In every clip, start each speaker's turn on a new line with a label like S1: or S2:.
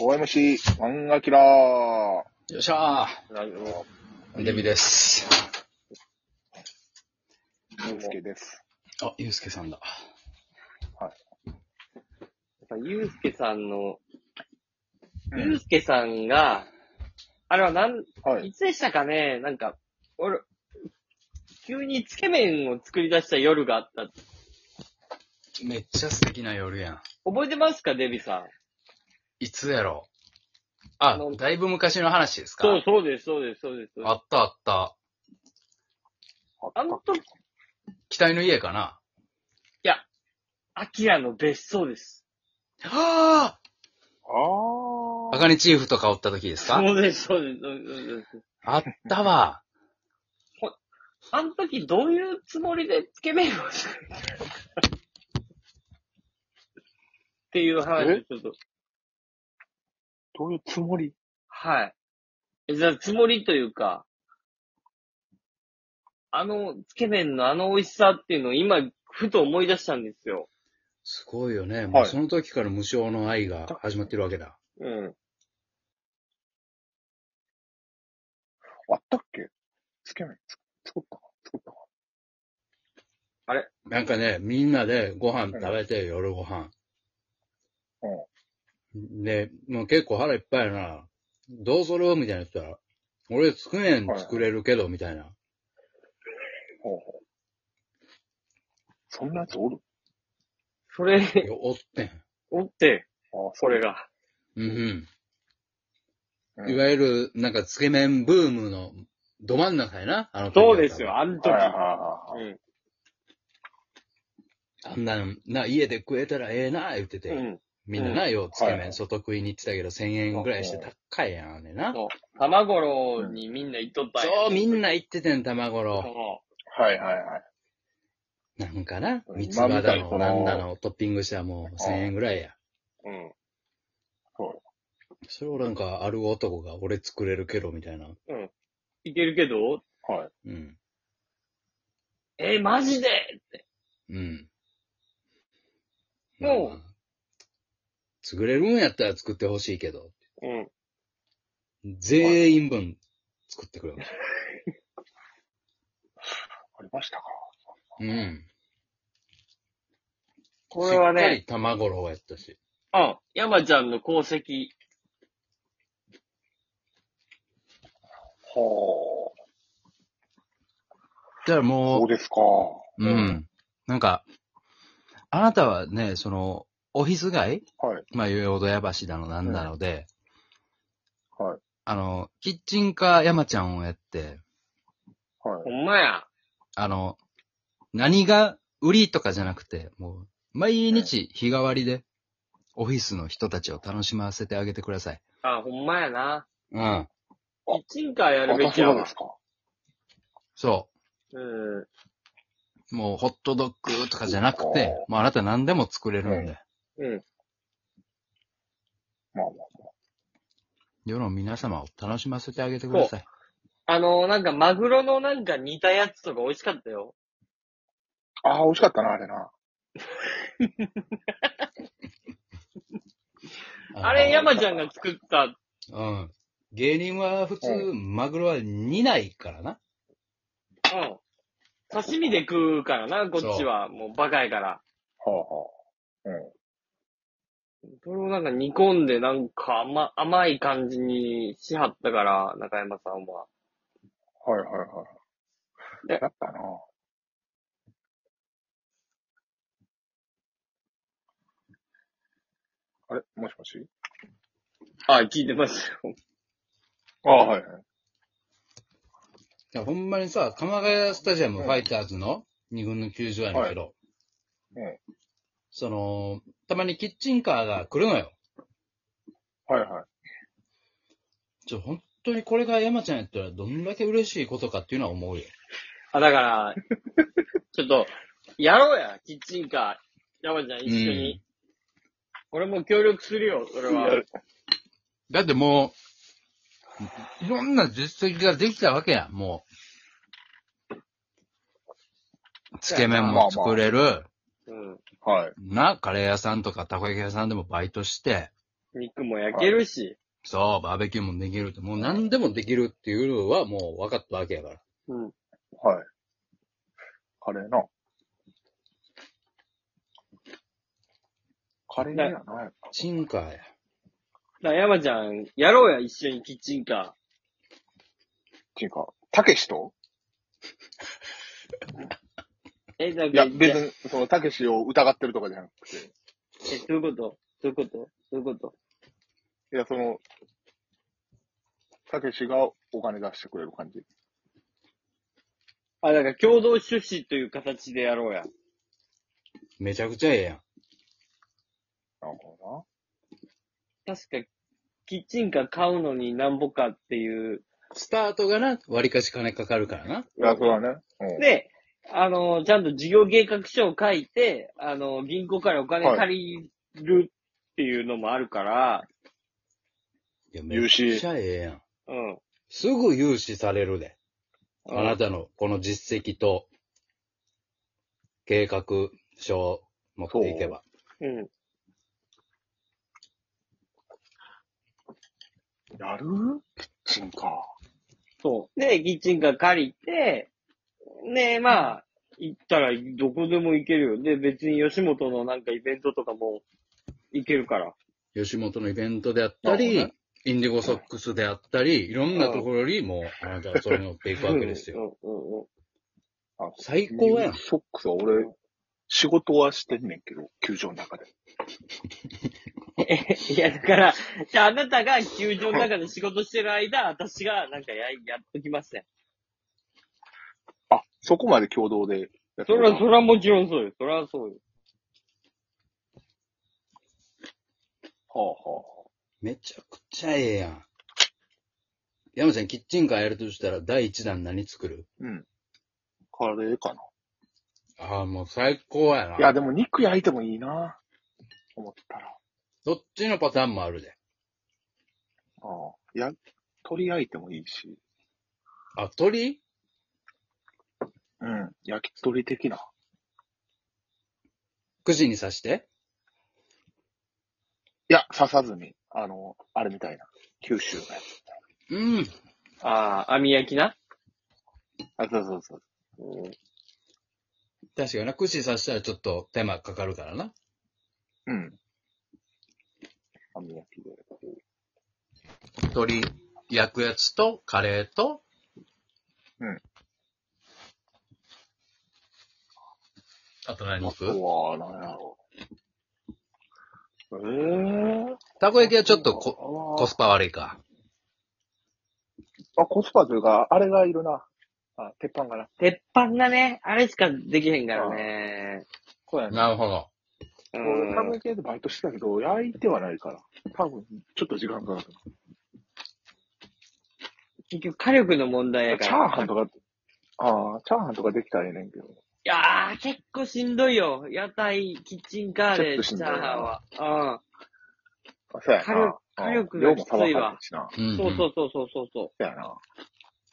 S1: OMC、ワンアキラー。
S2: よっしゃ
S1: ラジオ、
S2: ー。デビです。
S1: ゆうすけです。
S2: あ、ゆうすけさんだ。
S3: やっぱ、ゆうすけさんの、
S1: うん
S3: ゆうすけさんが、あれはなん、
S1: はい。
S3: いつでしたかねなんか、俺、急につけ麺を作り出した夜があった。
S2: めっちゃ素敵な夜やん。
S3: 覚えてますか、デビさん。
S2: いつやろう。あ
S3: あの、
S2: だいぶ昔の話ですか
S3: そう、そうです、そうです、そうです。
S2: あったあった。
S3: あの時、い
S2: 北井の家かな
S3: や、アキラの別荘です。
S2: は
S1: あ
S2: あ
S1: ー。
S2: 赤にチーフとかおった時ですか
S3: そうです、そうです、そうですそうです。
S2: あったわ。
S3: あの時、どういうつもりでつけ麺を作ったのかっていう話をちょっと。
S1: どういうつもり
S3: はい。えじゃあ、つもりというか、あの、つけ麺のあの美味しさっていうのを今、ふと思い出したんですよ。
S2: すごいよね。も
S1: は
S2: う
S1: い
S2: その時から無償の愛が始まってるわけだ。
S3: うん。
S1: あったっけつけ麺つ作ったか作ったか
S2: なんかね、みんなでご飯食べて、夜ご飯。で、もう結構腹いっぱいやな。どうするみたいな言ったら、俺つくねん作れるけど、みたいな。
S1: ほうほう。そんなやつおる
S3: それ、
S2: いやおってん。
S3: おって、
S1: あー
S3: それ。が。
S2: うん
S1: う
S2: うんん。いわゆる、なんか、つけ麺ブームのど真ん中やな、あの時
S3: そうですよ、。あの時
S1: はい。はいはいはい
S3: うん。
S2: あんなの、な、家で食えたらええな、言ってて。
S3: うん。
S2: みんなな、よう、つけ
S1: は
S2: 麺、
S1: い
S2: 外食いに行ってたけど、1000円ぐらいして高いやん、あれな。
S3: そう。卵頃にみんな行っとったんや
S2: そう、みんな行っててん、玉五郎。
S3: そ
S1: はいはいはい。
S2: なんかな
S1: うん
S2: 三つ葉
S1: 今みた
S2: だ
S1: いに
S2: の、
S1: この
S2: なんだの、トッピングしたらもう1000円ぐらいや。
S3: う。うん。
S2: それをなんか、ある男が俺作れるけど、みたいな。
S3: いけるけど、
S1: はい。
S2: うん。
S3: えーマジで
S2: うん。
S3: もう
S2: まあ作れるんやったら作ってほしいけど。
S3: うん。
S2: 全員分作ってくれる。
S1: ありましたか
S2: うん。
S3: これは
S2: しっかり
S3: ね、
S2: 玉五郎やったし。
S3: うん。山ちゃんの功績。
S1: ほう。
S2: だから
S1: そう
S2: も
S1: ですか。
S2: う、うん。なんか、あなたはね、その、オフィス街
S1: はい。
S2: まあ、ヨドヤ橋だの、なんだので、
S1: はい。
S2: あの、キッチンカー山ちゃんをやって、
S1: は
S3: ほ
S1: い。
S3: んまや。
S2: あの、何が売りとかじゃなくて、もう、毎日日替わりで、オフィスの人たちを楽しませてあげてください。
S3: あ、ほんまやな。
S2: うん。
S3: キッチンカーやるべき
S1: 私
S3: や
S1: がで
S3: わ。
S1: すか
S2: そ
S3: うん。
S2: う。もう、ホットドッグとかじゃなくて、もうあなた何でも作れるんで、
S3: うん。
S1: まあま
S2: 世の皆様を楽しませてあげてください。
S3: あの、なんか、マグロのなんか煮たやつとか美味しかったよ。
S1: あまあ。ああ、美味しかったな、あれな。
S3: あれ、山
S2: ち
S3: ちゃんが作った。
S2: ゃん。うん。芸人は普通、マグロは煮ないからな。
S3: うん。刺身で食うからな、こっちは。もうバカやから。
S1: はあはあ。うん。
S3: それをなんか煮込んで、なんか甘甘い感じにしはったから、中山さんは。
S1: はいはいは
S3: で
S1: い。だったな。あれもしもし
S3: あ、聞いてますよ。
S1: ああ、はいはい。
S2: いや、ほんまにさ、鎌ヶ谷スタジアムファイターズの2軍の球場やねんけど、
S1: はいうん
S2: その、たまにキッチンカーが来るのよ。
S1: はいはい。
S2: ちょ、本当にこれが山ちゃんやったらどんだけ嬉しいことかっていうのは思うよ。
S3: あ、だから、ちょっと、やろうや、キッチンカー。山ちゃん一緒に。俺も協力するよ、それは。
S2: だってもう、いろんな実績ができたわけやん、もう。つけ麺も作れる、
S3: うん。
S1: はい。
S2: な、カレー屋さんとかたこ焼き屋さんでもバイトして、
S3: 肉も焼けるし。
S2: そう、バーベキューもできるって、もう何でもできるっていうのはもう分かったわけやから。
S3: うん。
S1: はい。カレーな。カレーやな。
S2: チンカーや。
S3: だから山ちゃん、やろうや、一緒にキッチンカ
S1: っていうか、たけしと
S3: ー。え、なん
S1: い
S3: か、
S1: や、別に、その、たけしを疑ってるとかじゃなくて。
S3: え、どういうことどういうことどういうこと
S1: いや、その、たけしがお金出してくれる感じ。
S3: あ、だから共同出資という形でやろうや。
S2: めちゃくちゃええやん。
S1: なるほ
S3: 確か、キッチンカー買うのになんぼかっていう。
S2: スタートがな、割かし金かかるからな。
S1: どな。いや、そうだね。うん。
S3: で、あの、ちゃんと事業計画書を書いて、あの、銀行からお金借りるっていうのもあるから、
S2: いや、め
S1: 融
S2: ち
S1: 資
S2: ゃくちゃええやん。
S3: うん。
S2: すぐ融資されるで。
S3: うん
S2: あなたのこの実績と、計画書を持っていけば。
S3: うん。
S1: やるキッチンか。
S3: そう。で、キッチンカー借りて、ねまあ、行ったらどこでも行けるよ。で、別に吉本のなんかイベントとかも行けるから。
S2: 吉本のイベントであったり、
S1: なるほど
S2: インディゴソックスであったり、いろんなところにもう、あなたはそれに乗っていくわけですよ。
S3: うんうんうんうん。
S1: あ
S2: 最高やん
S1: ソックスは俺、仕事はしてんねんけど、球場の中で。
S3: いや、だから、じゃああなたが球場の中で仕事してる間、私がなんかや、やっときますね。
S1: あ、そこまで共同でやって
S3: そ
S1: る
S3: れは、それはもちろんそうよ。それはそうよ。
S1: はあは
S2: めちゃくちゃええやん。山ちゃん、キッチンカーやるとしたら、第一弾何作る
S1: あ。うん。カレーかな。
S2: ああ、もう最高やな。
S1: いや、でも肉焼いてもいいな。思ったら。
S2: どっちのパターンもあるで。
S1: ああ。いや、鶏焼いてもいいし。
S2: あ、鳥
S1: うん。焼き鳥的な。
S2: く時に刺して。
S1: いや、刺さずに。あの、あれみたいな。九州のやつ。
S2: うん。
S3: ああ、網焼きな。
S1: あ、そうそうそう。
S3: うん。
S2: 確かにな、く時刺したらちょっと手間かかるからな。
S1: うん。網焼きで。
S2: 鳥焼くやつと、カレーと、
S1: うん。
S2: あと何
S1: あ
S2: 肉
S1: とは、なんやろう。ええー。
S2: たこ焼きはちょっとこ
S1: こ
S2: コスパ悪いか。
S1: あ、コスパというか、あれがいるな。あ、鉄板かな。
S3: 鉄板がね、あれしかできへんからね。
S1: そうやね。
S2: なるほど。
S3: う
S1: 俺、ラム
S3: ん。
S1: 系でバイトしてたけど、焼いてはないから。多分、ちょっと時間かかる。
S3: 結局火力の問題やか
S1: チ
S3: ら。
S1: ャーハンとか、ああ、チャーハンとかできたらええねんけど。
S3: いやー、結構しんどいよ。屋台、キッチンカーで、チャーハンは。
S1: あそうやな。
S3: 火力火力が
S1: 量もさばかれるしな。
S2: うん
S3: うん。そうそうそうそうそうそう。
S1: そうやな。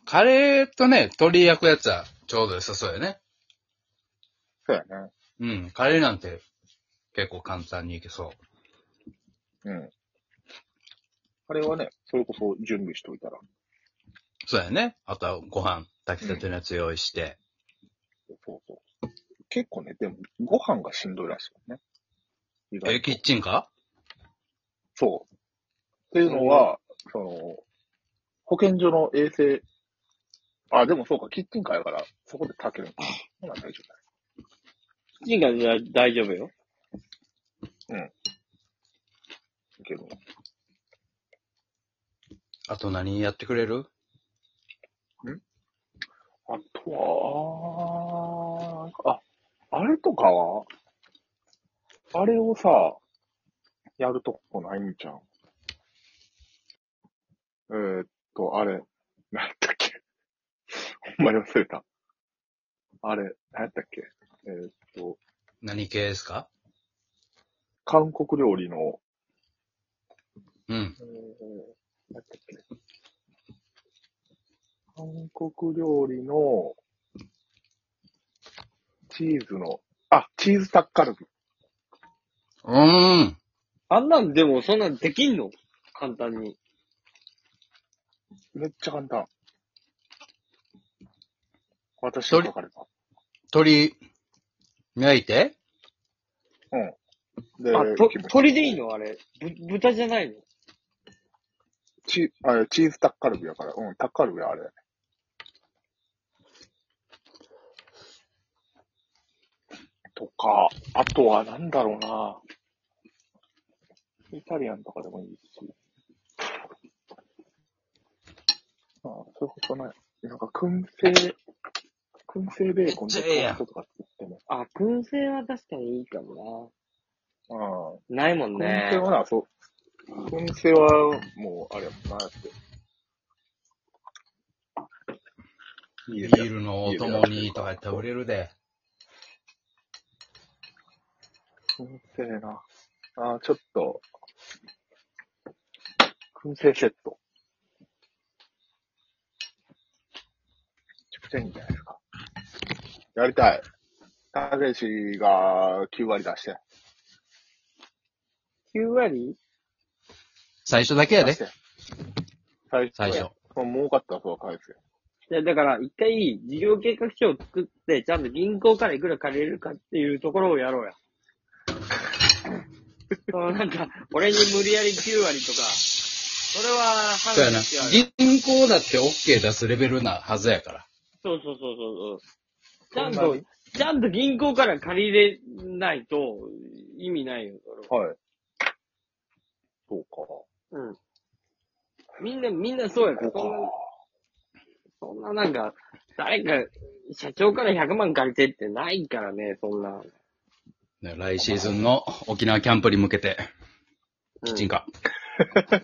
S2: カレーとね、鶏焼くやつはちょうど良さそうやね。
S1: そうやね。
S2: うん。カレーなんて結構簡単にいけそ
S1: うん。あれはね、それこそ準備しといたら。
S2: う。そうやね。あとはご飯、炊きたてのやつ用意して。
S1: そうそう。結構ね、でも、ご飯がしんどいらしいよね。意外と
S2: え、キッチンか
S1: そう。っていうのは、その、保健所の衛生、あ、でもそうか、キッチンカーやから、そこで炊けるのか。ほな大丈
S3: キッチンカーで大丈夫よ。
S1: 夫。いける
S2: あと何やってくれる
S1: あとは、あー、あ、あれとかは、あれをさ、やるとこないんじゃん。えー、っと、あれ、なんやったっけほんまに忘れた。あれ、なんやったっけえー、っと、
S2: 何系ですか
S1: 韓国料理の、え
S2: うん。
S1: ー、なんやったっけ韓国料理の、チーズの、あ、チーズタッカルビ。
S2: うーん。
S3: あんなんでもそんなんできんの簡単に。
S1: めっちゃ簡単。私が書かれた。
S2: 鳥、焼いて
S1: で
S3: あ、と
S1: キム、
S3: 鳥でいいのあれ。ぶ、豚じゃないの
S1: チあれチーズタッカルビやから。うん、タッカルビやあれ。とか、あとはなんだろうな。イタリアンとかでもいいし。ああ、そういうことない。なんか、燻製、燻製ベーコンと
S2: めっちゃええやん
S1: かとか作っても。
S3: あ、燻製は確かにいいかも
S1: うん。
S3: な。ないもんね。
S1: 燻製はな、そう。燻製は、もう、あれやもんな、って。
S2: ビ
S1: 家でや
S2: ールのお供にとかやったら売れるで。
S1: 燻製な。あー、ちょっと。燻製セット。めちゃくちゃいいんじゃないですか。やりたい。たけしが9割出して。
S3: 9割
S2: 最初だけや
S1: 出
S2: で
S1: し。て最初。
S2: 最初。
S1: もう儲かったらそう返すよ。
S3: いや、だから、一回、事業計画書を作って、ちゃんと銀行からいくら借りれるかっていうところをや ろうや。そのなんか、俺に無理やり9割とか、それは話
S2: そうやな
S3: し合う。
S2: 銀行だって OK 出すレベルなはずやから。
S3: そうそうそうそうそう。ちゃん
S1: そんな
S3: と
S1: に、
S3: ちゃんと銀行から借りれないと意味ないよ、それは。
S1: はい。そうか。
S3: うん。みんな、みんなそうやから、そ
S1: そ
S3: んな
S1: うか。
S3: そんななんか、誰か、社長から100万借りてってないからね、そんな。
S2: ね来シーズンの沖縄キャンプに向けて、
S3: う
S2: キ
S3: ん
S2: ッチンカー。